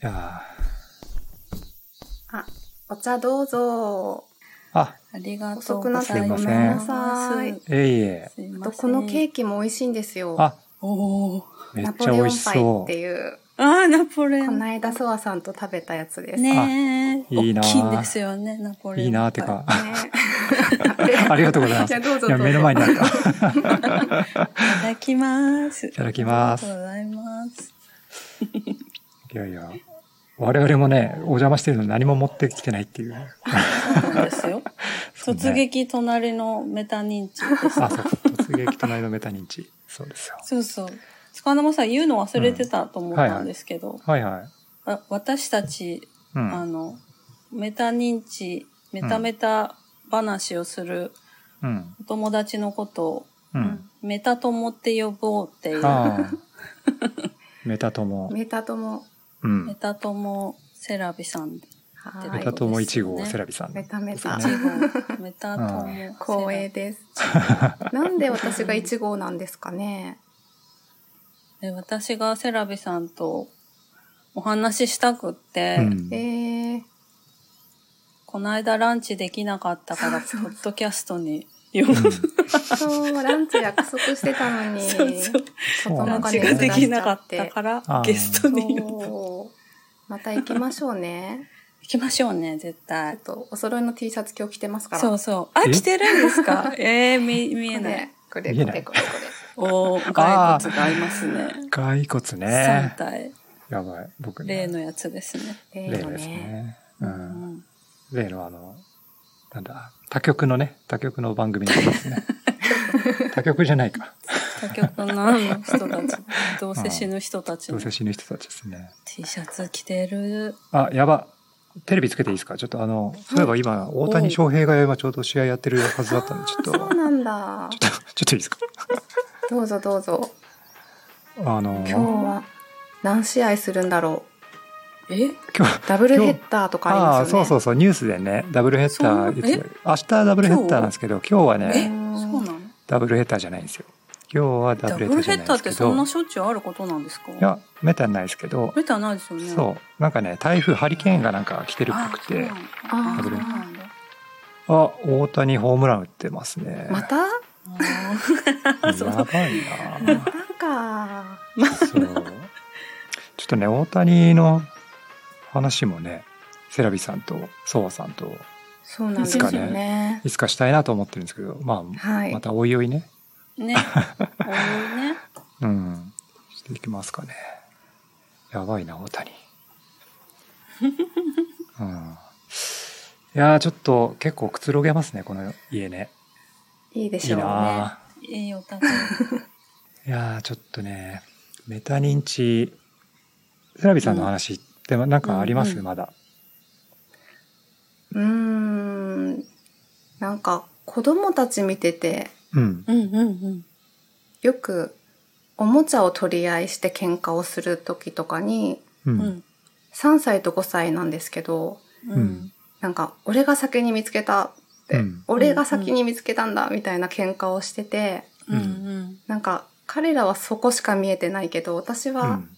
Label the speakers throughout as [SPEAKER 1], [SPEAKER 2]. [SPEAKER 1] や
[SPEAKER 2] あ、お茶どうぞ。
[SPEAKER 1] ーあ、
[SPEAKER 3] ありがと
[SPEAKER 2] 遅
[SPEAKER 3] う
[SPEAKER 2] く
[SPEAKER 3] ご
[SPEAKER 2] なって
[SPEAKER 3] ざい
[SPEAKER 2] ご
[SPEAKER 3] ま
[SPEAKER 2] め
[SPEAKER 3] す。
[SPEAKER 2] んなさい。
[SPEAKER 1] えいえ。
[SPEAKER 3] すい
[SPEAKER 2] あ
[SPEAKER 3] ま
[SPEAKER 2] と、
[SPEAKER 3] せん。
[SPEAKER 2] このケーキも美味しいんですよ。
[SPEAKER 1] あ、
[SPEAKER 3] おー
[SPEAKER 1] めっ
[SPEAKER 2] ナポ
[SPEAKER 1] ちゃ
[SPEAKER 2] レ
[SPEAKER 1] 美
[SPEAKER 2] オン
[SPEAKER 1] 味し
[SPEAKER 2] パイっ
[SPEAKER 1] そ
[SPEAKER 2] ていう、
[SPEAKER 3] あー、ナポレオ
[SPEAKER 2] こ
[SPEAKER 3] ン。
[SPEAKER 2] の間ソワさんと食べたやつ です。
[SPEAKER 3] ねえ。
[SPEAKER 1] あいいな
[SPEAKER 3] 大きいんですよね、ナポ
[SPEAKER 1] う。
[SPEAKER 3] レオン。
[SPEAKER 1] いいなーって。か。あ
[SPEAKER 2] あ
[SPEAKER 1] りがとうございます
[SPEAKER 2] じゃあどうぞ
[SPEAKER 1] いや、目の前にあった。
[SPEAKER 3] いただきます。い
[SPEAKER 1] ただきます
[SPEAKER 3] ありがとうございます。
[SPEAKER 1] いやいや。我々もね、お邪魔してるのに何も持ってきてないっていう。
[SPEAKER 3] そうなんですよ。
[SPEAKER 1] そうね
[SPEAKER 3] 突撃隣のメタ認知 です。
[SPEAKER 1] あ、そうか。突撃隣のメタ認知。そうですよ。
[SPEAKER 3] そうそう。塚まさん言うの忘れてたと思ったんですけど、
[SPEAKER 1] はいはい。
[SPEAKER 3] あ私たち、
[SPEAKER 1] うん。
[SPEAKER 3] あの、メタ認知、メタメタ話をする
[SPEAKER 1] うん。
[SPEAKER 3] お友達のことを、
[SPEAKER 1] うん。
[SPEAKER 3] メタ友って呼ぼうっていう、
[SPEAKER 1] ああ。メタ友。
[SPEAKER 2] メタとも。
[SPEAKER 1] うん。
[SPEAKER 3] メ
[SPEAKER 1] メ
[SPEAKER 3] タ友セラビさん。
[SPEAKER 2] は
[SPEAKER 3] メ
[SPEAKER 2] い
[SPEAKER 1] タ友1号、セラビさん。
[SPEAKER 2] メタメタ
[SPEAKER 3] 一。号メタ友。
[SPEAKER 2] 光栄 です。なんで私が1号なんですかね。
[SPEAKER 3] で私がセラビさんとお話ししたくって、
[SPEAKER 1] うん
[SPEAKER 2] え。ー、
[SPEAKER 3] この間ランチできなかっ たから、ポッドキャストに呼ぶ。
[SPEAKER 2] そう、ランチ約束してたのに、
[SPEAKER 3] そうそう。
[SPEAKER 1] そ
[SPEAKER 2] 子
[SPEAKER 1] うな
[SPEAKER 2] 供
[SPEAKER 3] ラン
[SPEAKER 1] ん
[SPEAKER 2] が
[SPEAKER 3] チ
[SPEAKER 2] 熱
[SPEAKER 3] が
[SPEAKER 2] 出し
[SPEAKER 3] でき
[SPEAKER 2] ち
[SPEAKER 3] なか
[SPEAKER 2] ゃっ
[SPEAKER 3] った
[SPEAKER 2] て。
[SPEAKER 3] から
[SPEAKER 1] あー、
[SPEAKER 3] ゲストに呼ぶ。行
[SPEAKER 2] そう。また行きましょうね。
[SPEAKER 3] きましょうね、絶
[SPEAKER 2] あ
[SPEAKER 3] 対。
[SPEAKER 2] と、お揃いの T シャツ今日着てますから。
[SPEAKER 3] そううそう。あ、
[SPEAKER 1] え
[SPEAKER 3] 来てるんですか えー、見、見えない。。
[SPEAKER 2] これ、
[SPEAKER 1] 見え
[SPEAKER 2] こ
[SPEAKER 1] な
[SPEAKER 2] れ、
[SPEAKER 1] い
[SPEAKER 2] これ、こ
[SPEAKER 3] おー、骸骨がいますね。
[SPEAKER 1] 骸骨
[SPEAKER 3] 三
[SPEAKER 1] ね。
[SPEAKER 3] 体、
[SPEAKER 1] やばい。僕
[SPEAKER 3] 例
[SPEAKER 1] ね。
[SPEAKER 3] のやつですね。
[SPEAKER 2] れ。
[SPEAKER 1] 例
[SPEAKER 2] 例の
[SPEAKER 1] です
[SPEAKER 2] ね。
[SPEAKER 1] ね。う。
[SPEAKER 3] うんん
[SPEAKER 1] 例のあの、なんだ、他局のね、他局の番組のやつです ね。他局じゃないか。
[SPEAKER 3] 他局の人たち、どうせ死ぬ人たち
[SPEAKER 1] ど
[SPEAKER 3] の
[SPEAKER 1] うせ死ぬ人たちですね。
[SPEAKER 3] T シャツ着てる。
[SPEAKER 1] あ、やば。テレビつけていいですかちょっとあの、そういえば今、大谷翔平が今ちょうど試合やってるはずだったんで、ちょっと、ちょっ
[SPEAKER 2] そうなんだ。
[SPEAKER 1] と、ちょっといいですか
[SPEAKER 2] どうぞどうぞ。
[SPEAKER 1] あの、
[SPEAKER 2] 今日は何試合するんだろ
[SPEAKER 3] え
[SPEAKER 1] 今日
[SPEAKER 2] う。ダブルヘッダーとか
[SPEAKER 1] あ
[SPEAKER 2] あり
[SPEAKER 1] あ、
[SPEAKER 2] ます
[SPEAKER 1] そ
[SPEAKER 2] よね。
[SPEAKER 1] うそううそう、ニュースでね、ダブルヘッダー言ってた、明日ダブルヘッダーなんですけど、今日は
[SPEAKER 3] え
[SPEAKER 1] ね、
[SPEAKER 3] そうなの
[SPEAKER 1] ダブルヘッダーじゃないんですよ。今日はダ
[SPEAKER 3] ダ
[SPEAKER 1] ブル
[SPEAKER 3] ブ
[SPEAKER 1] ヘッダー
[SPEAKER 3] ル
[SPEAKER 1] じ
[SPEAKER 3] ヘ
[SPEAKER 1] ゃな
[SPEAKER 3] ッ
[SPEAKER 1] い
[SPEAKER 3] ダ
[SPEAKER 1] で
[SPEAKER 3] ーっ
[SPEAKER 1] すけ
[SPEAKER 3] て
[SPEAKER 1] ど、
[SPEAKER 3] そんなしょっちゅうあることなんですか
[SPEAKER 1] いや、めったにないですけど、
[SPEAKER 3] めったにないですよね。
[SPEAKER 1] そう。なんかね、台風、ハリケーンがなんか来てるっ
[SPEAKER 3] あ
[SPEAKER 1] ぽくて、
[SPEAKER 2] ダ
[SPEAKER 3] あそ
[SPEAKER 2] ブ
[SPEAKER 3] う
[SPEAKER 2] ル
[SPEAKER 3] なんだ。
[SPEAKER 1] あ大谷ホームラン打ってますね。
[SPEAKER 2] また
[SPEAKER 3] あー
[SPEAKER 1] や
[SPEAKER 3] そう
[SPEAKER 1] ばい
[SPEAKER 2] ま
[SPEAKER 1] な
[SPEAKER 2] たか。
[SPEAKER 1] そう。ちょっとね、大谷の話もね、セラビさんとソワさんと
[SPEAKER 2] そうなんですよね。
[SPEAKER 1] いつかしたいなと思ってるんですけど、ま
[SPEAKER 2] は
[SPEAKER 1] あ、
[SPEAKER 2] い
[SPEAKER 1] ま。たおいおいね、
[SPEAKER 3] ね。お湯ね。
[SPEAKER 1] うん、していきますかね。やばいな、大 谷。うん。いやー、ちょっと結構くつろげますね、この家ね。
[SPEAKER 2] いいで
[SPEAKER 1] い
[SPEAKER 2] し
[SPEAKER 1] い
[SPEAKER 2] ょうね。
[SPEAKER 1] なー。
[SPEAKER 3] いいお宅。
[SPEAKER 1] いやーちょっとねメタ認知セラビさんの話ってなんかあります、
[SPEAKER 3] うんうん
[SPEAKER 1] まだ
[SPEAKER 2] うーん。なんか、子供たち見てて、
[SPEAKER 1] うん
[SPEAKER 3] うんうんうん。
[SPEAKER 2] よく、おもちゃを取り合いして喧嘩をする時とかに、
[SPEAKER 1] う
[SPEAKER 3] うんん。
[SPEAKER 2] 3歳と5歳なんですけど、
[SPEAKER 3] うん。
[SPEAKER 2] なんか、俺が先に見つけたっ
[SPEAKER 1] う
[SPEAKER 2] て、
[SPEAKER 1] ん
[SPEAKER 2] 俺が先に見つけたんだ、みたいな喧嘩をしてて、
[SPEAKER 3] うんうん。
[SPEAKER 2] なんか、彼らはそこしか見えてないけど、私
[SPEAKER 1] う
[SPEAKER 2] は
[SPEAKER 1] ん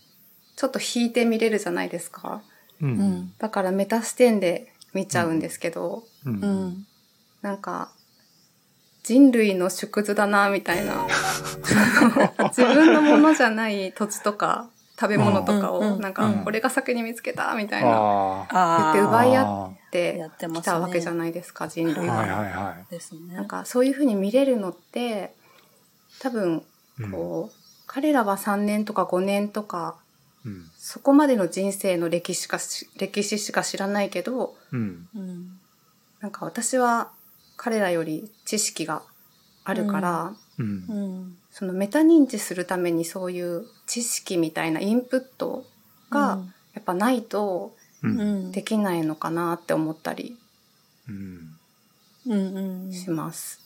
[SPEAKER 2] ちょっと引いて見れるじゃないですか。
[SPEAKER 1] う
[SPEAKER 3] うんん
[SPEAKER 2] だから、メタ視点で見ちゃうんですけど、
[SPEAKER 1] う
[SPEAKER 3] うんん。
[SPEAKER 2] なんか、人類の縮図だな、みた いな。自分のものじゃない土地とか、食べ物とか
[SPEAKER 3] うんうん
[SPEAKER 2] を、
[SPEAKER 3] うん
[SPEAKER 2] な
[SPEAKER 1] う
[SPEAKER 2] ん
[SPEAKER 1] ん
[SPEAKER 2] か、俺が先に見つけた、みたいな、っ
[SPEAKER 1] ああ
[SPEAKER 2] 言
[SPEAKER 3] あ
[SPEAKER 2] って奪
[SPEAKER 3] あ。
[SPEAKER 2] い合って
[SPEAKER 3] やってま
[SPEAKER 2] き
[SPEAKER 3] すね。
[SPEAKER 2] たわけじゃないですか、人類
[SPEAKER 1] はい
[SPEAKER 2] は。
[SPEAKER 1] はいは
[SPEAKER 3] ですね。
[SPEAKER 2] なんか、そういうふうに見れるのって、多分、
[SPEAKER 1] いうん
[SPEAKER 2] こう、彼らは3年とか5年とか、
[SPEAKER 1] うん
[SPEAKER 2] そこまでの人生の歴史しかし、歴史しか知らないけど、
[SPEAKER 1] うん
[SPEAKER 3] うん。
[SPEAKER 2] なんか私は彼らより知識があるから、
[SPEAKER 1] うん
[SPEAKER 3] うん。
[SPEAKER 2] そのメタ認知するためにそういう知識みたいなインプットがやっぱないと
[SPEAKER 1] う
[SPEAKER 3] うんん、
[SPEAKER 2] できないのかなって思ったり
[SPEAKER 1] うん
[SPEAKER 3] うんうんうん。
[SPEAKER 2] します。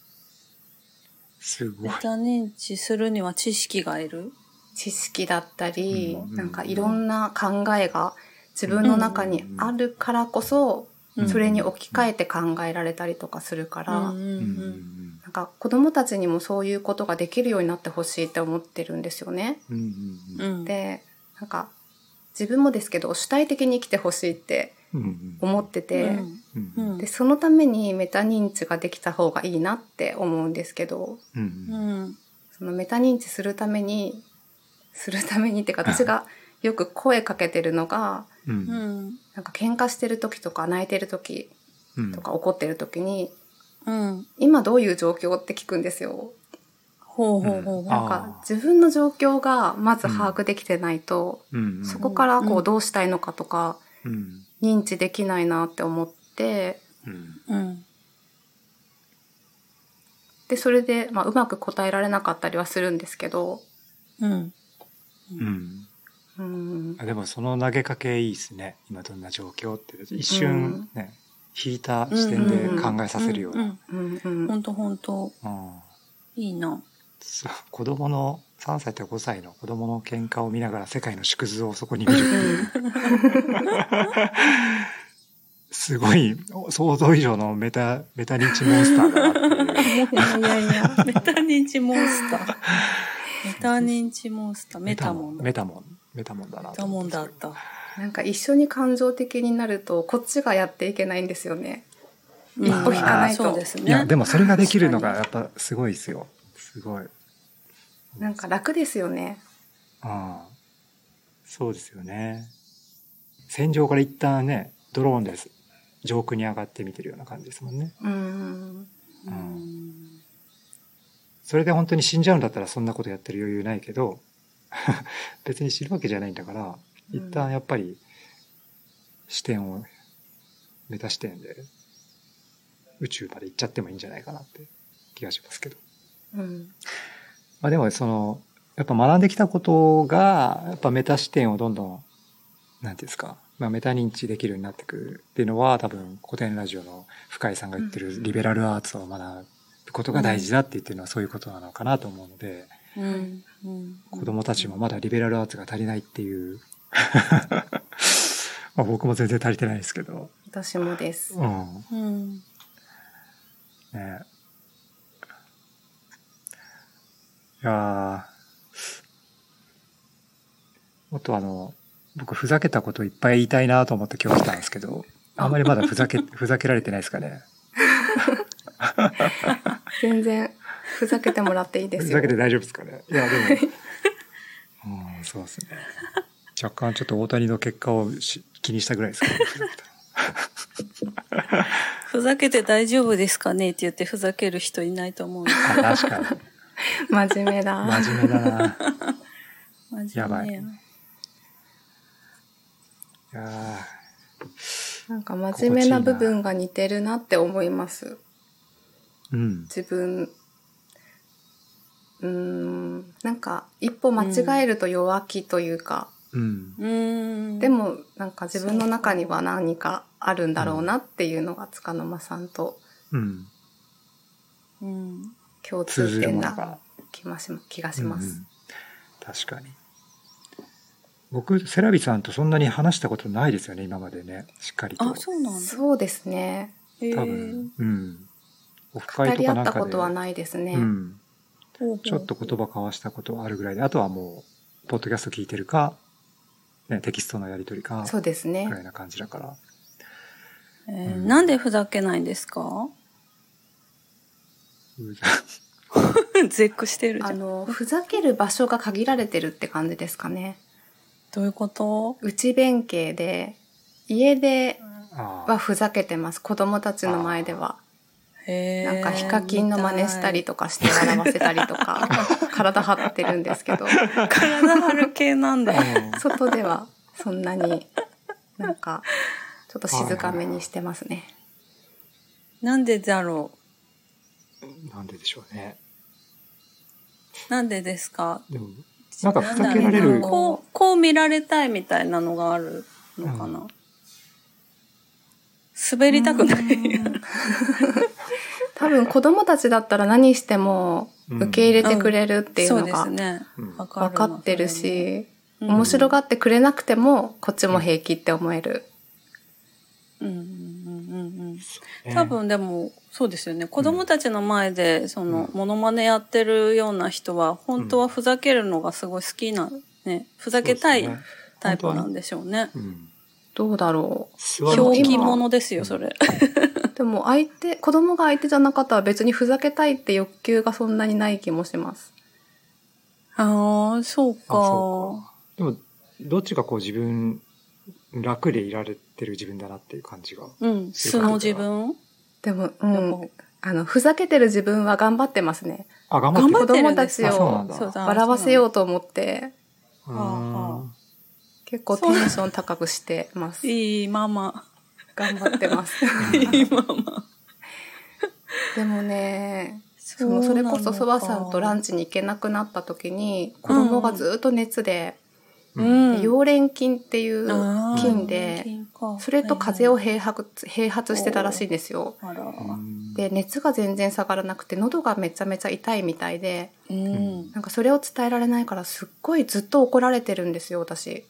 [SPEAKER 1] すごい
[SPEAKER 3] メタ認知するには知識がいる
[SPEAKER 2] 知識だったり、
[SPEAKER 1] うん
[SPEAKER 2] なんかいろんな考えが自分の中にあるからこそ、
[SPEAKER 3] うん
[SPEAKER 2] それに置き換えて考えられたりとかするから、
[SPEAKER 3] うんう
[SPEAKER 1] うん
[SPEAKER 3] うん
[SPEAKER 1] ん
[SPEAKER 2] なんか子供たちにもそういうことができるようになってほしいって思ってるんですよね。
[SPEAKER 1] うんうん
[SPEAKER 3] うん。
[SPEAKER 2] でなんか自分もですけど主体的に生きてほしいって
[SPEAKER 1] うんうん
[SPEAKER 2] 思ってて、
[SPEAKER 1] うん
[SPEAKER 3] うん
[SPEAKER 2] でそのためにメタ認知ができた方がいいなって思うんですけど
[SPEAKER 1] う
[SPEAKER 3] うんん
[SPEAKER 2] そのメタ認知するためにするためにってか私 がよく声かけてるのが
[SPEAKER 1] う
[SPEAKER 3] うんん
[SPEAKER 2] なんか喧嘩してる時とか泣いてる時
[SPEAKER 1] うん
[SPEAKER 2] とか怒ってる時に
[SPEAKER 3] うん
[SPEAKER 2] 「今どういう状況?」って聞くんですよ。
[SPEAKER 3] ほうほうほうほう
[SPEAKER 2] なんか
[SPEAKER 1] あー
[SPEAKER 2] 自分の状況がまず把握できてないと、
[SPEAKER 1] うんうん
[SPEAKER 2] そこからこ
[SPEAKER 3] う
[SPEAKER 2] うんどうしたいのかとか
[SPEAKER 1] うん
[SPEAKER 2] 認知できないなって思って
[SPEAKER 1] うん
[SPEAKER 3] うん
[SPEAKER 2] でそれで、まあ、うまく答えられなかったりはするんですけど
[SPEAKER 3] うん
[SPEAKER 1] うん
[SPEAKER 2] うん
[SPEAKER 1] あでもその投げかけいいですね今どんな状況って一
[SPEAKER 2] うん
[SPEAKER 1] 瞬ね、引いた視点で考えさせるような、
[SPEAKER 3] ん
[SPEAKER 2] うんう
[SPEAKER 3] うん
[SPEAKER 2] ん
[SPEAKER 3] ほんとほんと
[SPEAKER 1] うん
[SPEAKER 3] いいな
[SPEAKER 1] そう子供の3歳と5歳の子供の喧嘩を見ながら世界の縮図をそこに見るっていうすごい想像以上のメタメタ認知モンスターだなっていう
[SPEAKER 3] いやいやいやメタ認知モンスターメタ認知モンスタ ーメタモンだ
[SPEAKER 1] メタモンメタモンだな
[SPEAKER 3] メ
[SPEAKER 1] と
[SPEAKER 3] タモ
[SPEAKER 1] 思っ
[SPEAKER 3] ン
[SPEAKER 1] た
[SPEAKER 3] だ
[SPEAKER 1] ん
[SPEAKER 3] っ
[SPEAKER 1] ですけど
[SPEAKER 3] た
[SPEAKER 2] なんか一緒に感情的になるとこっちがやっていけないんですよね。
[SPEAKER 3] うん
[SPEAKER 2] 一歩引かないと
[SPEAKER 3] そうですね
[SPEAKER 1] いやでもそれができるのがやっぱすごいですよすごい
[SPEAKER 2] なんか楽ですよね。
[SPEAKER 1] ああそうですよね戦場から一旦ねドローンです上空に上がって見てるような感じですもんね
[SPEAKER 2] うん
[SPEAKER 3] うん
[SPEAKER 1] それで本当に死んじゃうんだったらそんなことやってる余裕ないけど 別に死ぬわけじゃないんだから
[SPEAKER 2] うん
[SPEAKER 1] 一旦やっぱり視点をメタ視点で宇宙まで行っちゃってもいいんじゃないかなって気がしますけど。
[SPEAKER 2] うん
[SPEAKER 1] まあでもそのやっぱ学んできたことがやっぱメタ視点をどんどんなんていうんですか、まあ、メタ認知できるようになってくるっていうのは多分古典ラジオの深井さんが言ってるリベラルアーツを学ぶことが大事だって言ってるのはそういうことなのかなと思うので、
[SPEAKER 3] うんうん
[SPEAKER 1] 子供たちもまだリベラルアーツが足りないっていう まあ僕も全然足りてないですけど、
[SPEAKER 2] 私もです。
[SPEAKER 1] うん
[SPEAKER 3] うん
[SPEAKER 1] ね、いやーもっとあの僕ふざけたこといっぱい言いたいなと思って今日来たんですけどあんまりまだふざ けふざけられてないですかね
[SPEAKER 2] 全然ふざけてもらっていいで
[SPEAKER 1] ふ
[SPEAKER 2] すよ
[SPEAKER 1] ざけ。て大丈夫ですかねいや でもうんそうですね若干ちょっと大谷の結果をし気にしたぐらいですけど、ふざけた
[SPEAKER 3] ふざけて大丈夫ですかねって言ってふざける人いないと思うよ
[SPEAKER 1] あ確かに
[SPEAKER 2] 真面目だ。
[SPEAKER 1] 真面目だな。
[SPEAKER 3] マジで
[SPEAKER 1] やばいいや
[SPEAKER 2] なんか真面目な部分が似てるなって思います。
[SPEAKER 1] ーうん。
[SPEAKER 2] 自分。うーんなんか一歩間違えると弱気というか、
[SPEAKER 1] うん。
[SPEAKER 3] うん
[SPEAKER 2] でもなんか自分の中には何かあるんだろうなっていうのが束の間さんと
[SPEAKER 1] うん。
[SPEAKER 3] うん
[SPEAKER 2] 共
[SPEAKER 1] 通
[SPEAKER 2] 通
[SPEAKER 1] ずる
[SPEAKER 2] 点
[SPEAKER 1] もの
[SPEAKER 2] な
[SPEAKER 1] が。
[SPEAKER 2] 気がしま気がしま
[SPEAKER 1] うんう
[SPEAKER 2] す
[SPEAKER 1] ん。確かに。僕、セラビさんとそんなに話したことないですよね、今までね。しっかりと。
[SPEAKER 3] あそうなんだ
[SPEAKER 2] そうですね。
[SPEAKER 3] へえ
[SPEAKER 1] 多分。うん。オフ会
[SPEAKER 2] 二
[SPEAKER 1] と
[SPEAKER 2] 人
[SPEAKER 1] か
[SPEAKER 2] 会
[SPEAKER 1] な
[SPEAKER 2] っ
[SPEAKER 1] ん
[SPEAKER 2] た
[SPEAKER 1] か
[SPEAKER 2] こ
[SPEAKER 1] で。
[SPEAKER 2] とはないですね。
[SPEAKER 1] うん。
[SPEAKER 3] ほうほう
[SPEAKER 1] ちょっと言葉交わしたことはあるぐらいで、あとはもう、ポッドキャスト聞いてるか、ね、テキストのやり取りか、
[SPEAKER 2] そうです
[SPEAKER 1] ぐら
[SPEAKER 2] ね。
[SPEAKER 1] いな感じだから。
[SPEAKER 3] えーなんでふざけないんですか
[SPEAKER 1] うん
[SPEAKER 3] 絶句してるじ
[SPEAKER 2] あ
[SPEAKER 3] ゃん
[SPEAKER 2] のふざける場所が限られてるって感じですかね。
[SPEAKER 3] どういうこと
[SPEAKER 2] 内弁慶で家で
[SPEAKER 1] あ
[SPEAKER 2] は
[SPEAKER 1] あ。
[SPEAKER 2] ふざけてます。子供たちの前では。
[SPEAKER 3] へえ
[SPEAKER 2] なんかヒカキンの真似したりとかして笑わせたりとか、体張ってるんです けど、
[SPEAKER 3] 見たい体張る系なんだ
[SPEAKER 2] 外ではそんなになんかちょっと静かめにしてますね。
[SPEAKER 3] なんでだろう
[SPEAKER 1] うんなんででしょうね。
[SPEAKER 3] なんでですか
[SPEAKER 1] でも、なんかふざけられ
[SPEAKER 2] なんだろう
[SPEAKER 1] る
[SPEAKER 2] な
[SPEAKER 3] こうこう見られたいみたいなのがあるのかな、
[SPEAKER 1] う
[SPEAKER 3] 滑りたくない
[SPEAKER 2] 多分子供たちだったら何しても受け入れてくれるっていう
[SPEAKER 3] そう
[SPEAKER 2] の
[SPEAKER 3] で
[SPEAKER 2] が
[SPEAKER 3] すね
[SPEAKER 1] うん
[SPEAKER 3] わかる
[SPEAKER 2] 分かってるし、
[SPEAKER 3] うん
[SPEAKER 2] 面白がってくれなくてもこっちも平気って思える。
[SPEAKER 3] うんうんうんうんうん
[SPEAKER 1] ね
[SPEAKER 3] 多分でもそうですよね子供たちの前でそのモノマネやってるような人は本当はふざけるのがすごい好きなねふざけたい
[SPEAKER 1] そうですね
[SPEAKER 3] タイプなんでしょうね。
[SPEAKER 1] うん。
[SPEAKER 2] どうだろ
[SPEAKER 1] 座る
[SPEAKER 2] 本当に
[SPEAKER 3] 表
[SPEAKER 1] 気
[SPEAKER 3] 記
[SPEAKER 1] も
[SPEAKER 3] 者ですよ、それ。
[SPEAKER 2] う。でも相手、子供が相手じゃなかったら別にふざけたいって欲求がそんなにない気もします。
[SPEAKER 3] ああ、そうか。
[SPEAKER 1] あそうでも、どっちがこう自分、楽でいられてる自分だなっていう感じが。
[SPEAKER 3] うん、素の自分、
[SPEAKER 2] でも、う
[SPEAKER 3] やっ
[SPEAKER 2] ん。あの、ふざけてる自分は頑張ってますね。
[SPEAKER 1] あ、頑
[SPEAKER 3] ぱ
[SPEAKER 1] 張って
[SPEAKER 3] 頑張
[SPEAKER 1] る
[SPEAKER 3] ってるんです
[SPEAKER 1] あ
[SPEAKER 3] よ。
[SPEAKER 1] そうなんだ
[SPEAKER 3] そうだ
[SPEAKER 2] 笑わせよ
[SPEAKER 3] う
[SPEAKER 2] うと思って、
[SPEAKER 1] う
[SPEAKER 3] は
[SPEAKER 1] ーん。
[SPEAKER 2] 結構テンション高くしてます。
[SPEAKER 3] いいママ。
[SPEAKER 2] 頑張ってます。
[SPEAKER 3] いいママ。
[SPEAKER 2] でもね、
[SPEAKER 3] そ
[SPEAKER 2] そのそれこそそばさんとラン
[SPEAKER 3] チ。
[SPEAKER 2] チに行けなくなった時に、子供がずっと熱で、
[SPEAKER 3] う
[SPEAKER 1] うん
[SPEAKER 3] ん。
[SPEAKER 2] 溶連菌っていう、
[SPEAKER 3] あー
[SPEAKER 2] 菌で
[SPEAKER 3] 菌か
[SPEAKER 2] それと風邪を併発併発してたらしいんですよ。
[SPEAKER 3] はいはいあら。
[SPEAKER 2] で熱が全然下がらなくて喉がめちゃめちゃ痛いみたいで
[SPEAKER 3] うん。
[SPEAKER 2] なんかそれを伝えられないからすっごいずっと怒られてるんですよ私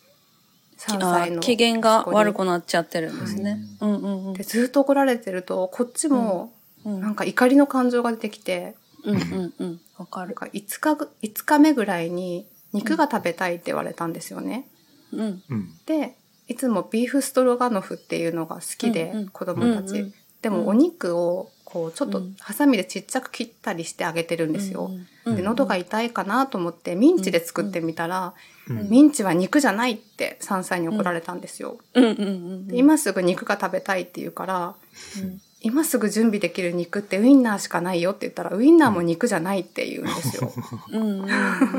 [SPEAKER 2] 3
[SPEAKER 3] あ
[SPEAKER 2] 歳の
[SPEAKER 3] 機嫌が悪くなっちゃってるんですね。うんうんうん
[SPEAKER 2] で。ずっと怒られてるとこっちも
[SPEAKER 3] うん
[SPEAKER 2] なんか怒りの感情が出てきて
[SPEAKER 3] うんうんうん。わか
[SPEAKER 2] なん
[SPEAKER 3] る。
[SPEAKER 2] か5日ぐ5日目ぐらいに肉が食べたいって言われたんですよね。
[SPEAKER 3] うん。
[SPEAKER 1] うん。
[SPEAKER 2] でいつもビーフストロガノフっていうのが好きで、
[SPEAKER 3] うんうん
[SPEAKER 2] 子供たち、
[SPEAKER 3] うんうん
[SPEAKER 2] でもお肉をこうちょっ
[SPEAKER 3] う
[SPEAKER 2] と
[SPEAKER 3] ん
[SPEAKER 2] ハサミでちっちゃく切ったりしてあげてるんですよ。
[SPEAKER 3] うん。
[SPEAKER 2] で喉が痛いかなと思ってミンチで作ってみたら、
[SPEAKER 1] うん
[SPEAKER 3] うん
[SPEAKER 2] ミンチは肉じゃないって3歳に怒られたんですよ。
[SPEAKER 3] うんうんうんうん。
[SPEAKER 2] で今すぐ肉が食べたいって言うから
[SPEAKER 3] うん
[SPEAKER 2] 今すぐ準備できる肉ってウインナーしかないよって言ったらウインナーも肉じゃないって言うんですよ。
[SPEAKER 3] うんうんう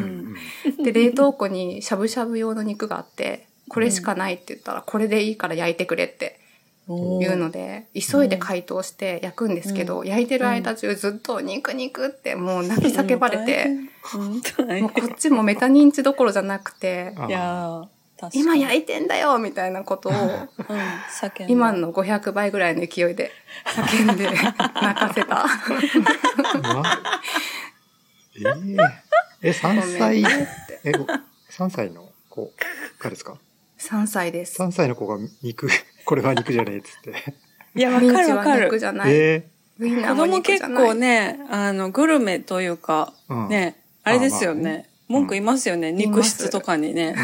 [SPEAKER 3] ん。
[SPEAKER 2] で冷凍庫にしゃぶしゃぶ用の肉があってこれしかないって言ったらこれでいいから焼いてくれって
[SPEAKER 3] おー
[SPEAKER 2] いうので急いで解凍して焼くんですけど、焼いてる間中ずっと「肉肉」ってもう泣き叫ばれて、
[SPEAKER 3] うん大変
[SPEAKER 2] もうこっちもメタ認知どころじゃなくて
[SPEAKER 1] あ
[SPEAKER 3] いやー、確
[SPEAKER 2] 「
[SPEAKER 3] かに
[SPEAKER 2] 今焼いてんだよ!」みたいなことを
[SPEAKER 3] うん、叫んだ
[SPEAKER 2] 今。の500倍ぐらいの勢いで叫んで泣かせた。
[SPEAKER 1] うわえええ、3歳
[SPEAKER 2] ごめんねって
[SPEAKER 1] え、ご3歳の子がですか
[SPEAKER 2] 3歳です。
[SPEAKER 1] ?3 歳の子が肉、これは肉じゃねえっつって。
[SPEAKER 3] いや、わ
[SPEAKER 2] ミン
[SPEAKER 3] か
[SPEAKER 2] チ
[SPEAKER 3] るわか
[SPEAKER 2] は肉
[SPEAKER 3] る。
[SPEAKER 2] じゃない。
[SPEAKER 1] え
[SPEAKER 2] ウインナー
[SPEAKER 3] 子
[SPEAKER 2] も
[SPEAKER 3] 供
[SPEAKER 2] 肉じ
[SPEAKER 3] 結
[SPEAKER 2] ゃない。
[SPEAKER 3] 構ね、あの、グルメというか、
[SPEAKER 1] えうん。
[SPEAKER 3] ね、あれですよ
[SPEAKER 1] まあまあ
[SPEAKER 3] ね。文句言いますよね。
[SPEAKER 2] ん
[SPEAKER 3] 肉質とかにね。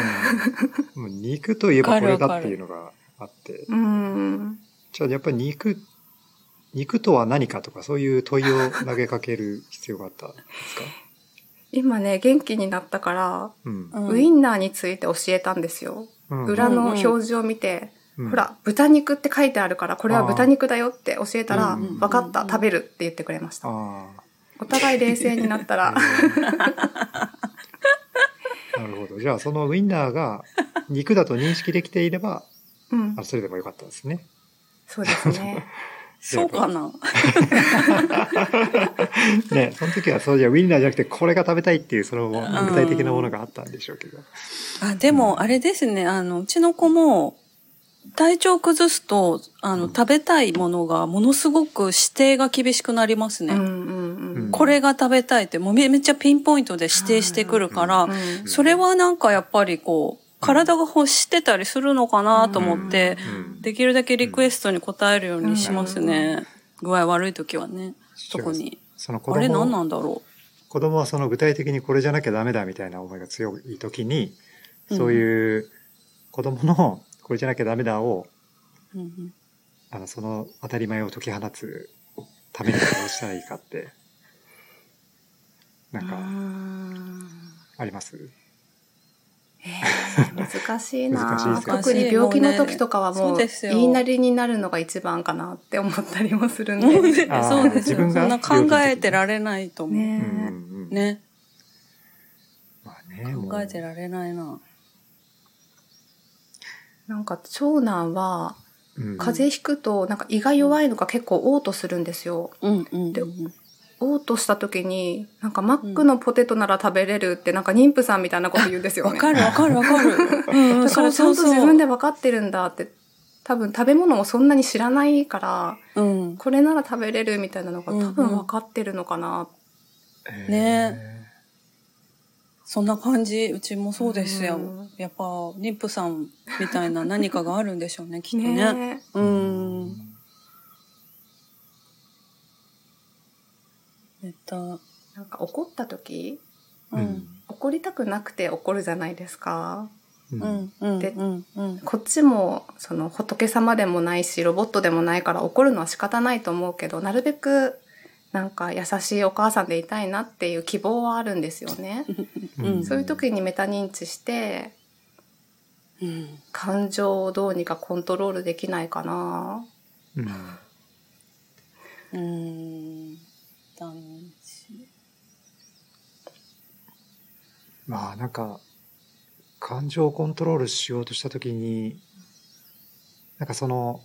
[SPEAKER 1] うん。もう肉といえばこれだっていうのがあって。
[SPEAKER 2] うん。
[SPEAKER 1] じゃあやっぱり肉、肉とは何かとかそういう問いを投げかける必要があったんですか
[SPEAKER 2] 今ね元気になったから、
[SPEAKER 1] うん。
[SPEAKER 3] うん
[SPEAKER 2] ウインナーについて教えたんですよ。
[SPEAKER 1] うん
[SPEAKER 2] 裏の表示を見て、
[SPEAKER 1] うん
[SPEAKER 2] ほら、豚肉って書いてあるから、これは豚肉だよって教えたら、
[SPEAKER 1] あーうん
[SPEAKER 2] 分かった、
[SPEAKER 3] うん
[SPEAKER 2] 食べるって言ってくれました。
[SPEAKER 1] あ
[SPEAKER 2] お互い冷静になった
[SPEAKER 1] あ。
[SPEAKER 2] ら、
[SPEAKER 1] なるほど。じゃあそのウインナーが肉だと認識できていれば、
[SPEAKER 2] うん
[SPEAKER 1] あ、それでもよかったですね。
[SPEAKER 2] そうですね。
[SPEAKER 3] そうかな。
[SPEAKER 1] ね、その時はそうじゃウインナーじゃなくてこれが食べたいっていうその具体的なものがあったんでしょうけど。
[SPEAKER 3] あ、でも、あれですね。あの、うちの子も、体調崩すと、あの、食べたいものがものすごく指定が厳しくなります
[SPEAKER 2] うんう
[SPEAKER 3] ね。
[SPEAKER 2] んう
[SPEAKER 1] うん
[SPEAKER 2] ん。
[SPEAKER 3] これが食べたいって、もうめめっちゃピンポイントで指定してくるから、
[SPEAKER 2] うん
[SPEAKER 3] それはなんかやっぱりこう、体が欲してたりするのかなと思って、
[SPEAKER 1] うん
[SPEAKER 3] できるだけリクエストに応えるようにしますね。具合悪い時はね。特に。
[SPEAKER 1] その子
[SPEAKER 3] あれ何な
[SPEAKER 1] 供
[SPEAKER 3] んだろ
[SPEAKER 1] 子供はその具体的にこれじゃなきゃダメだみたいな思いが強い時に、
[SPEAKER 3] うん
[SPEAKER 1] そういう子供のこれじゃなきゃダメだを、
[SPEAKER 3] う。うん
[SPEAKER 1] あの、その当たり前を解き放つためにはどうしたらいいかって、なんか
[SPEAKER 2] うん
[SPEAKER 1] あります
[SPEAKER 2] えー難しいな
[SPEAKER 1] 難しいですよね
[SPEAKER 2] 特に病気の時とかは
[SPEAKER 3] そ
[SPEAKER 2] も
[SPEAKER 3] う
[SPEAKER 2] う
[SPEAKER 3] ですよ
[SPEAKER 2] 言いなりになるのが一番かなって思ったりもするん
[SPEAKER 3] うん
[SPEAKER 2] で
[SPEAKER 1] あー
[SPEAKER 3] そうです
[SPEAKER 1] 自
[SPEAKER 3] よ。
[SPEAKER 1] 分
[SPEAKER 3] そん
[SPEAKER 1] が
[SPEAKER 3] な考えてられないと思
[SPEAKER 1] うんうん
[SPEAKER 2] ね
[SPEAKER 3] う。
[SPEAKER 1] うん。
[SPEAKER 3] ね。
[SPEAKER 1] まあね、もう
[SPEAKER 3] 考えてられないな。
[SPEAKER 2] なんか長男は
[SPEAKER 1] うん
[SPEAKER 2] 風邪ひくとなんか胃が弱いのか結構嘔吐するんですよ
[SPEAKER 3] うんうん
[SPEAKER 2] で嘔吐した時になんかマックのポテトなら食べれるってなんか妊婦さんみたいなこと言うんですよ
[SPEAKER 3] わ
[SPEAKER 2] ね、
[SPEAKER 3] かるわかるわかる。うんうん
[SPEAKER 2] だからちゃ
[SPEAKER 3] そ
[SPEAKER 2] ん
[SPEAKER 3] う
[SPEAKER 2] と
[SPEAKER 3] そうそう
[SPEAKER 2] 自分で分かってるんだって多分食べ物をそんなに知らないから
[SPEAKER 3] うん。
[SPEAKER 2] これなら食べれるみたいなのが
[SPEAKER 3] うんうん
[SPEAKER 2] 多分分かってるのかなって
[SPEAKER 1] ね
[SPEAKER 3] そんな感じ。うちもそうですよ
[SPEAKER 2] うん。
[SPEAKER 3] やっぱ、妊婦さんみたいな何かがあるんでしょうね、きっと
[SPEAKER 2] ね
[SPEAKER 3] ね。うん。ネタ。
[SPEAKER 2] なんか怒った時
[SPEAKER 1] うん。
[SPEAKER 2] 怒りたくなくて怒るじゃないですか
[SPEAKER 1] う
[SPEAKER 3] うんんうん
[SPEAKER 2] で
[SPEAKER 3] うんうん
[SPEAKER 2] こっちもその仏様でもないしロボットでもないから怒るのは仕方ないと思うけどなるべくなんか優しいお母さんでいたいなっていう希望はあるんですよね。
[SPEAKER 3] うん
[SPEAKER 2] そういう時にメタ認知して
[SPEAKER 3] うん
[SPEAKER 2] 感情をどうにかコントロールできないかな。
[SPEAKER 1] うん
[SPEAKER 3] うんダメージ
[SPEAKER 1] まあなんか感情をコントロールしようとした時になんかその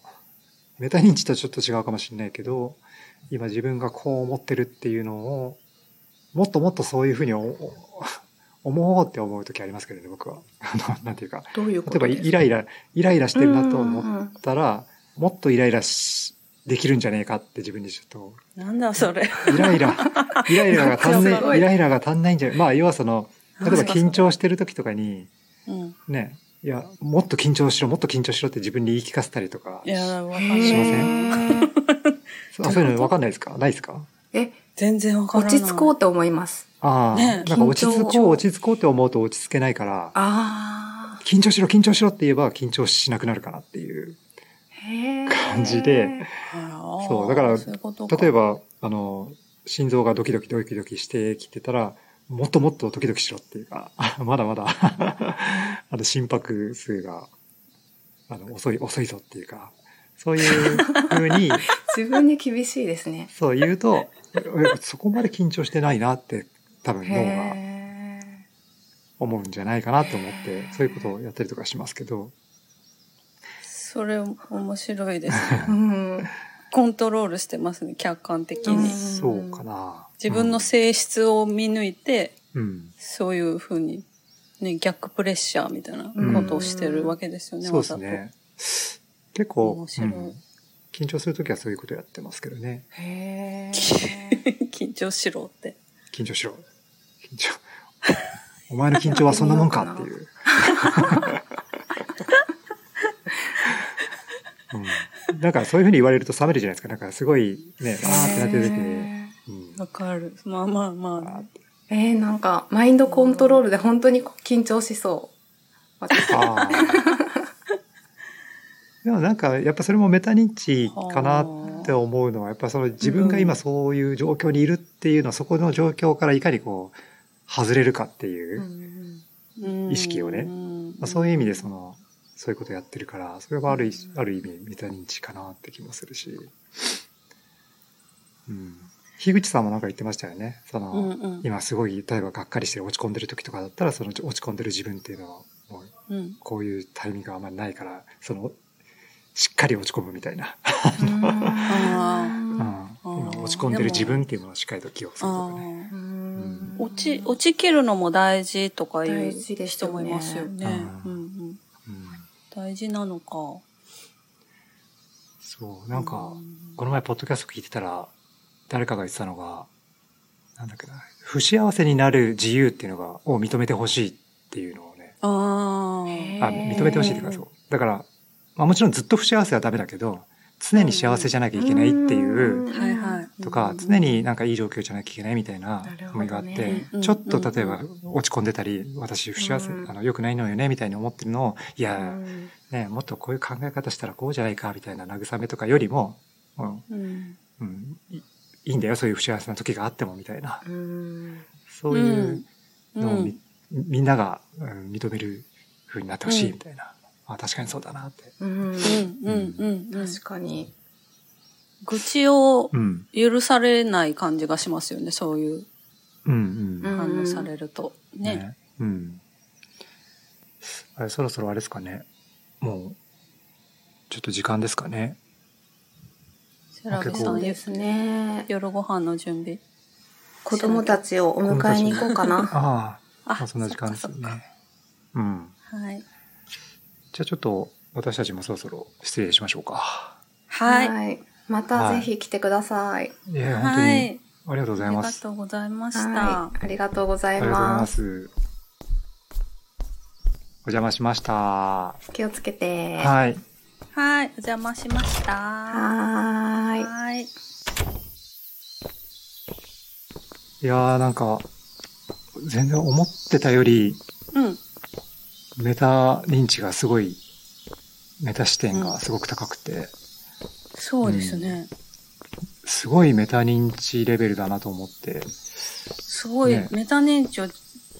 [SPEAKER 1] メタ認知とはちょっと違うかもしれないけど今自分がこう思ってるっていうのをもっともっとそういうふうにおお 思おうって思う時ありますけどね僕は。 あのなんていうか
[SPEAKER 2] どういうこ
[SPEAKER 1] 例え
[SPEAKER 2] と
[SPEAKER 1] ば
[SPEAKER 2] です
[SPEAKER 1] イライライライラしてるなと思っ
[SPEAKER 2] うんうんうん
[SPEAKER 1] たらもっとイライラしできるんじゃねえかって自分でちょっと
[SPEAKER 3] なんだそれ
[SPEAKER 1] イライラ、 イライラが足ん
[SPEAKER 3] すご
[SPEAKER 1] ない、
[SPEAKER 3] い
[SPEAKER 1] イライラが足んないんじゃないまあ、要はその、例えば緊張してる時とかに、
[SPEAKER 3] うん
[SPEAKER 1] ね、いや、もっと緊張しろ、もっと緊張しろって自分に言い聞かせたりとか
[SPEAKER 3] い、やわかん
[SPEAKER 1] すい
[SPEAKER 3] な
[SPEAKER 1] ま
[SPEAKER 3] い
[SPEAKER 1] せん
[SPEAKER 2] へー
[SPEAKER 1] そうそういうの分かんないですかないですか
[SPEAKER 2] え
[SPEAKER 3] 全然わから
[SPEAKER 2] 落
[SPEAKER 3] ない
[SPEAKER 2] ち着こうと思います。
[SPEAKER 1] ああ、
[SPEAKER 3] ね
[SPEAKER 1] なんか落ち着
[SPEAKER 2] 緊
[SPEAKER 1] こ
[SPEAKER 2] 張
[SPEAKER 1] う、落ち着こうって思うと落ち着けないから、
[SPEAKER 2] ああ。
[SPEAKER 1] 緊張しろ、緊張しろって言えば緊張しなくなるかなっていう。
[SPEAKER 2] へー
[SPEAKER 1] 感じで
[SPEAKER 3] あー
[SPEAKER 1] そうだから
[SPEAKER 3] そういうことか
[SPEAKER 1] 例えば、あの、心臓がドキドキドキドキしてきてたら、もっともっとドキドキしろっていうか、 あまだまだ、あの、心拍数が、あの、遅い、遅いぞっていうか、そういう風に、
[SPEAKER 2] 自分に厳しいですね。
[SPEAKER 1] そう言うと、えそこまで緊張してないなって、多分脳が
[SPEAKER 2] へー
[SPEAKER 1] 思うんじゃないかなと思って、そういうことをやったりとかしますけど、
[SPEAKER 3] それ面白いですね
[SPEAKER 2] うん。
[SPEAKER 3] コントロールしてますね客観的
[SPEAKER 2] うん
[SPEAKER 3] に
[SPEAKER 1] そうかな。
[SPEAKER 3] 自分の性質を見抜いて
[SPEAKER 1] うん、
[SPEAKER 3] そういうふうに、ね、逆プレッシャーみたいなことをしてるわけですよね、
[SPEAKER 1] そう
[SPEAKER 3] わ
[SPEAKER 1] です
[SPEAKER 3] ざと
[SPEAKER 1] ね。結構
[SPEAKER 3] 面、白い
[SPEAKER 1] うん緊張するときはそういうことやってますけどね。
[SPEAKER 2] へえ。
[SPEAKER 3] 緊張しろって。
[SPEAKER 1] 緊張しろ。緊張。お前の緊張はそんなもんかっていう。うん、なんかそういうふうに言われると冷めるじゃないですか。なんかすごいね、あーってなってる時に。うん
[SPEAKER 3] わかる。まあまあま
[SPEAKER 1] あ
[SPEAKER 3] あ
[SPEAKER 1] ー。
[SPEAKER 2] えー、なんかマインドコントロールで本当に緊張しそう。私
[SPEAKER 1] あーでもなんかやっぱそれもメタ認知かなって思うのはやっぱその自分が今そういう状況にいるっていうのはそこの状況からいかにこう外れるかっていう。
[SPEAKER 2] うん
[SPEAKER 1] 意識をねまあ、そう
[SPEAKER 3] い
[SPEAKER 1] いう意味でそのそういうことやってるからそれはある意ある意味メタ認知かなって気もするし、うん、樋口さんもなんか言ってましたよねその、
[SPEAKER 3] うんうん
[SPEAKER 1] 今すごい例えばがっかりして落ち込んでる時とかだったらその落ち込んでる自分っていうのはもう
[SPEAKER 3] うん
[SPEAKER 1] こういうタイミングがあんまりないからそのしっかり落ち込むみたいな、うん
[SPEAKER 2] あ
[SPEAKER 1] 今落ち込んでる自分っていうものをしっかりと記憶するとかね。
[SPEAKER 3] あ
[SPEAKER 2] ーう
[SPEAKER 1] うん
[SPEAKER 2] ん。
[SPEAKER 3] ー落ち、落ち切るのも大事とかいう
[SPEAKER 2] 大事です
[SPEAKER 3] 人
[SPEAKER 2] よね
[SPEAKER 3] もいますよね。
[SPEAKER 1] う
[SPEAKER 3] うんんうん
[SPEAKER 1] うん
[SPEAKER 3] 大事なのか。
[SPEAKER 1] そうなんか、
[SPEAKER 3] うん
[SPEAKER 1] この前、ポッドキャスト聞いてたら、誰かが言ってたのが、なんだっけな、不幸せになる自由っていうのが、を認めてほしいっていうのをね、
[SPEAKER 3] あ
[SPEAKER 2] へ
[SPEAKER 3] ー
[SPEAKER 1] あ、
[SPEAKER 2] へー
[SPEAKER 1] 認めてほしいっていうか、そう。だから、まあもちろんずっと不幸せはダメだけど、常に幸せじゃなきゃいけないっていう、
[SPEAKER 3] はいはい。
[SPEAKER 1] とか、
[SPEAKER 3] うん
[SPEAKER 1] 常。になんかいい状況じゃなきゃいけないみたいな
[SPEAKER 2] なるほど
[SPEAKER 1] 思
[SPEAKER 2] ね
[SPEAKER 1] いがあって、
[SPEAKER 3] うん
[SPEAKER 1] ちょっと例えば
[SPEAKER 3] う
[SPEAKER 1] 落ち込んでたり、私不幸せ、
[SPEAKER 2] うん
[SPEAKER 1] あの、良くないのよね、みたいに思ってるのを、いや、
[SPEAKER 2] うん
[SPEAKER 1] ね、もっとこういう考え方したらこうじゃないか、みたいな慰めとかよりも、うん
[SPEAKER 3] うん
[SPEAKER 1] うん、いいいんだよそういう不幸せな時があってもみたいな
[SPEAKER 2] うん
[SPEAKER 1] そういう
[SPEAKER 3] うん
[SPEAKER 1] のをみ,、みんなが、うん認める風になってほしいみたいな、あ確かにそうだなって、
[SPEAKER 2] うん
[SPEAKER 3] うんうんうんうん。
[SPEAKER 2] 確かに。
[SPEAKER 3] 愚痴を
[SPEAKER 1] うん、
[SPEAKER 3] 許されない感じがしますよね、そういう
[SPEAKER 1] うんう
[SPEAKER 2] うんん
[SPEAKER 3] 反応されると。ね。
[SPEAKER 1] うんあれそろそろあれですかねもうちょっと時間ですかね
[SPEAKER 3] セラビさ
[SPEAKER 1] そ
[SPEAKER 2] そ
[SPEAKER 1] うん
[SPEAKER 2] う
[SPEAKER 3] ん、
[SPEAKER 2] ですね。
[SPEAKER 3] 夜ご飯の準備。
[SPEAKER 2] 子供たちをお迎えに行こうかな。
[SPEAKER 1] ああ、
[SPEAKER 3] あ
[SPEAKER 1] まあ、そんな時間ですよ
[SPEAKER 3] そっか
[SPEAKER 1] ねうん
[SPEAKER 3] そっかはい。
[SPEAKER 1] じゃあちょっと私たちもそろそろ失礼しましょうか
[SPEAKER 3] はい。
[SPEAKER 2] い。またぜひ来てください。
[SPEAKER 1] いや本当
[SPEAKER 3] は
[SPEAKER 1] に
[SPEAKER 3] い。
[SPEAKER 1] ありがとうござい
[SPEAKER 3] あり
[SPEAKER 1] ま
[SPEAKER 3] が
[SPEAKER 1] す、
[SPEAKER 3] とうございました
[SPEAKER 2] は。い。ありがとうござ
[SPEAKER 1] あ
[SPEAKER 2] い
[SPEAKER 1] りがとうござい
[SPEAKER 2] ま。
[SPEAKER 1] ますす。お邪魔しました。は。
[SPEAKER 2] 気をつけて。はい
[SPEAKER 3] はい。お邪魔しました。は
[SPEAKER 2] ーい。
[SPEAKER 3] い。
[SPEAKER 1] いやーなんか、全然思ってたより、
[SPEAKER 3] うん。
[SPEAKER 1] うメタ認知がすごい、メタ視点がすごく高くて、
[SPEAKER 3] そうですね。
[SPEAKER 1] すごいメタ認知レベルだなと思って、
[SPEAKER 3] すごい
[SPEAKER 1] ね
[SPEAKER 3] メタ認知を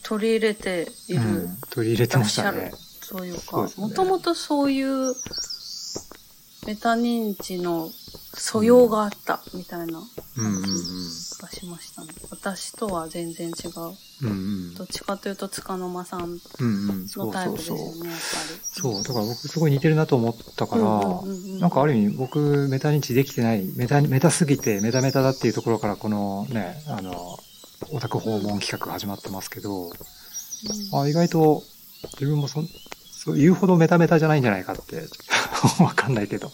[SPEAKER 3] 取り入れていうる、
[SPEAKER 1] ん、取り入れてました
[SPEAKER 3] いらっ
[SPEAKER 1] ね
[SPEAKER 3] し。そういう
[SPEAKER 1] そう
[SPEAKER 3] か
[SPEAKER 1] ですね
[SPEAKER 3] もともとそういうメタ認知の素養があったみたいな
[SPEAKER 1] うんうんうん。
[SPEAKER 3] 気がしましたね、私とは全然違う
[SPEAKER 1] うんうん
[SPEAKER 3] どっちかというと塚の間さん
[SPEAKER 1] うんうん。そ
[SPEAKER 3] の
[SPEAKER 1] う
[SPEAKER 3] タイ
[SPEAKER 1] そう
[SPEAKER 3] プです
[SPEAKER 1] そ
[SPEAKER 3] よ
[SPEAKER 1] う
[SPEAKER 3] ね。やっぱ
[SPEAKER 1] そう、
[SPEAKER 3] り
[SPEAKER 1] だから僕すごい似てるなと思ったから、
[SPEAKER 3] うんうんうんうん
[SPEAKER 1] なんかある意味僕メタ認知できてない、メタ、メタすぎてメタメタだっていうところからこのね、あの、オタク訪問企画始まってますけど、あ意外と自分もそんそう言うほどメタメタじゃないんじゃないかって、 わかんないけど、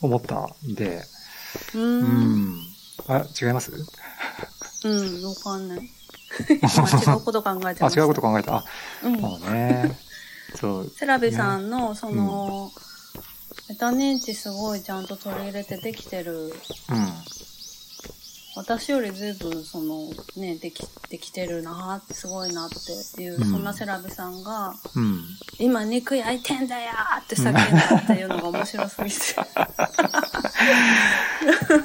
[SPEAKER 1] 思ったんで、
[SPEAKER 3] うん
[SPEAKER 1] う
[SPEAKER 3] うん
[SPEAKER 1] ん。あ、違います
[SPEAKER 3] うんわかんない今違うこと考えて
[SPEAKER 1] あ、
[SPEAKER 3] ました
[SPEAKER 1] 違うこと考えた。あ、
[SPEAKER 3] うん
[SPEAKER 1] もうね。そう。
[SPEAKER 3] セラビさんの、その、メタ認知すごいちゃんと取り入れてできてる。
[SPEAKER 1] う
[SPEAKER 3] 私より随分、その、ね、でき、できてるなって、すごいなっていう、
[SPEAKER 1] うん
[SPEAKER 3] そんなセラビさんが、
[SPEAKER 1] ん。うん。
[SPEAKER 3] 今肉焼いてんだよーって叫んだっていうのが面白 すぎて。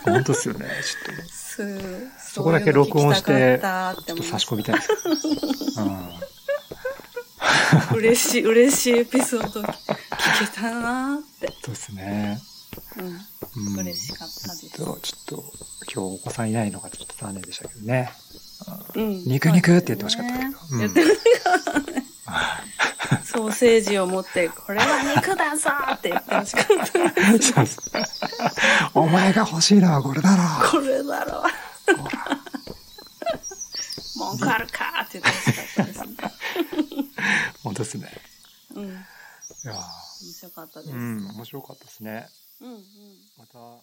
[SPEAKER 1] 本当ですよね。 ちょっと。
[SPEAKER 3] す
[SPEAKER 1] そこだけ録音して、ち
[SPEAKER 3] そういうの聞きたかった
[SPEAKER 1] ょ
[SPEAKER 3] って
[SPEAKER 1] っと
[SPEAKER 3] 思い
[SPEAKER 1] 差
[SPEAKER 3] ま
[SPEAKER 1] し
[SPEAKER 3] す
[SPEAKER 1] 込みたいです。 うん。
[SPEAKER 3] 嬉しい、嬉しいエピソード聞けたなーって。
[SPEAKER 1] そうですね。
[SPEAKER 3] う
[SPEAKER 1] うん
[SPEAKER 3] ん、嬉しかったです。
[SPEAKER 1] ちょっと、ちょっと、今日お子さんいないのがちょっと残念でしたけどね。
[SPEAKER 3] うん
[SPEAKER 1] 肉肉って言ってほしかったけど
[SPEAKER 3] ね
[SPEAKER 1] うん
[SPEAKER 3] 言ってほし かった。ソーセージを持って、これは肉だぞって言ってほしかった。
[SPEAKER 1] そうそうお前が欲しいのはこれだ ろ。
[SPEAKER 3] これだろ
[SPEAKER 1] ほら
[SPEAKER 3] 儲かるかって言ってほしかったですね。
[SPEAKER 1] 本当ですね。
[SPEAKER 3] うん。面
[SPEAKER 1] いや
[SPEAKER 3] 白かったです。
[SPEAKER 1] ーうん、面白かったですね。
[SPEAKER 3] うんうん
[SPEAKER 1] また、あの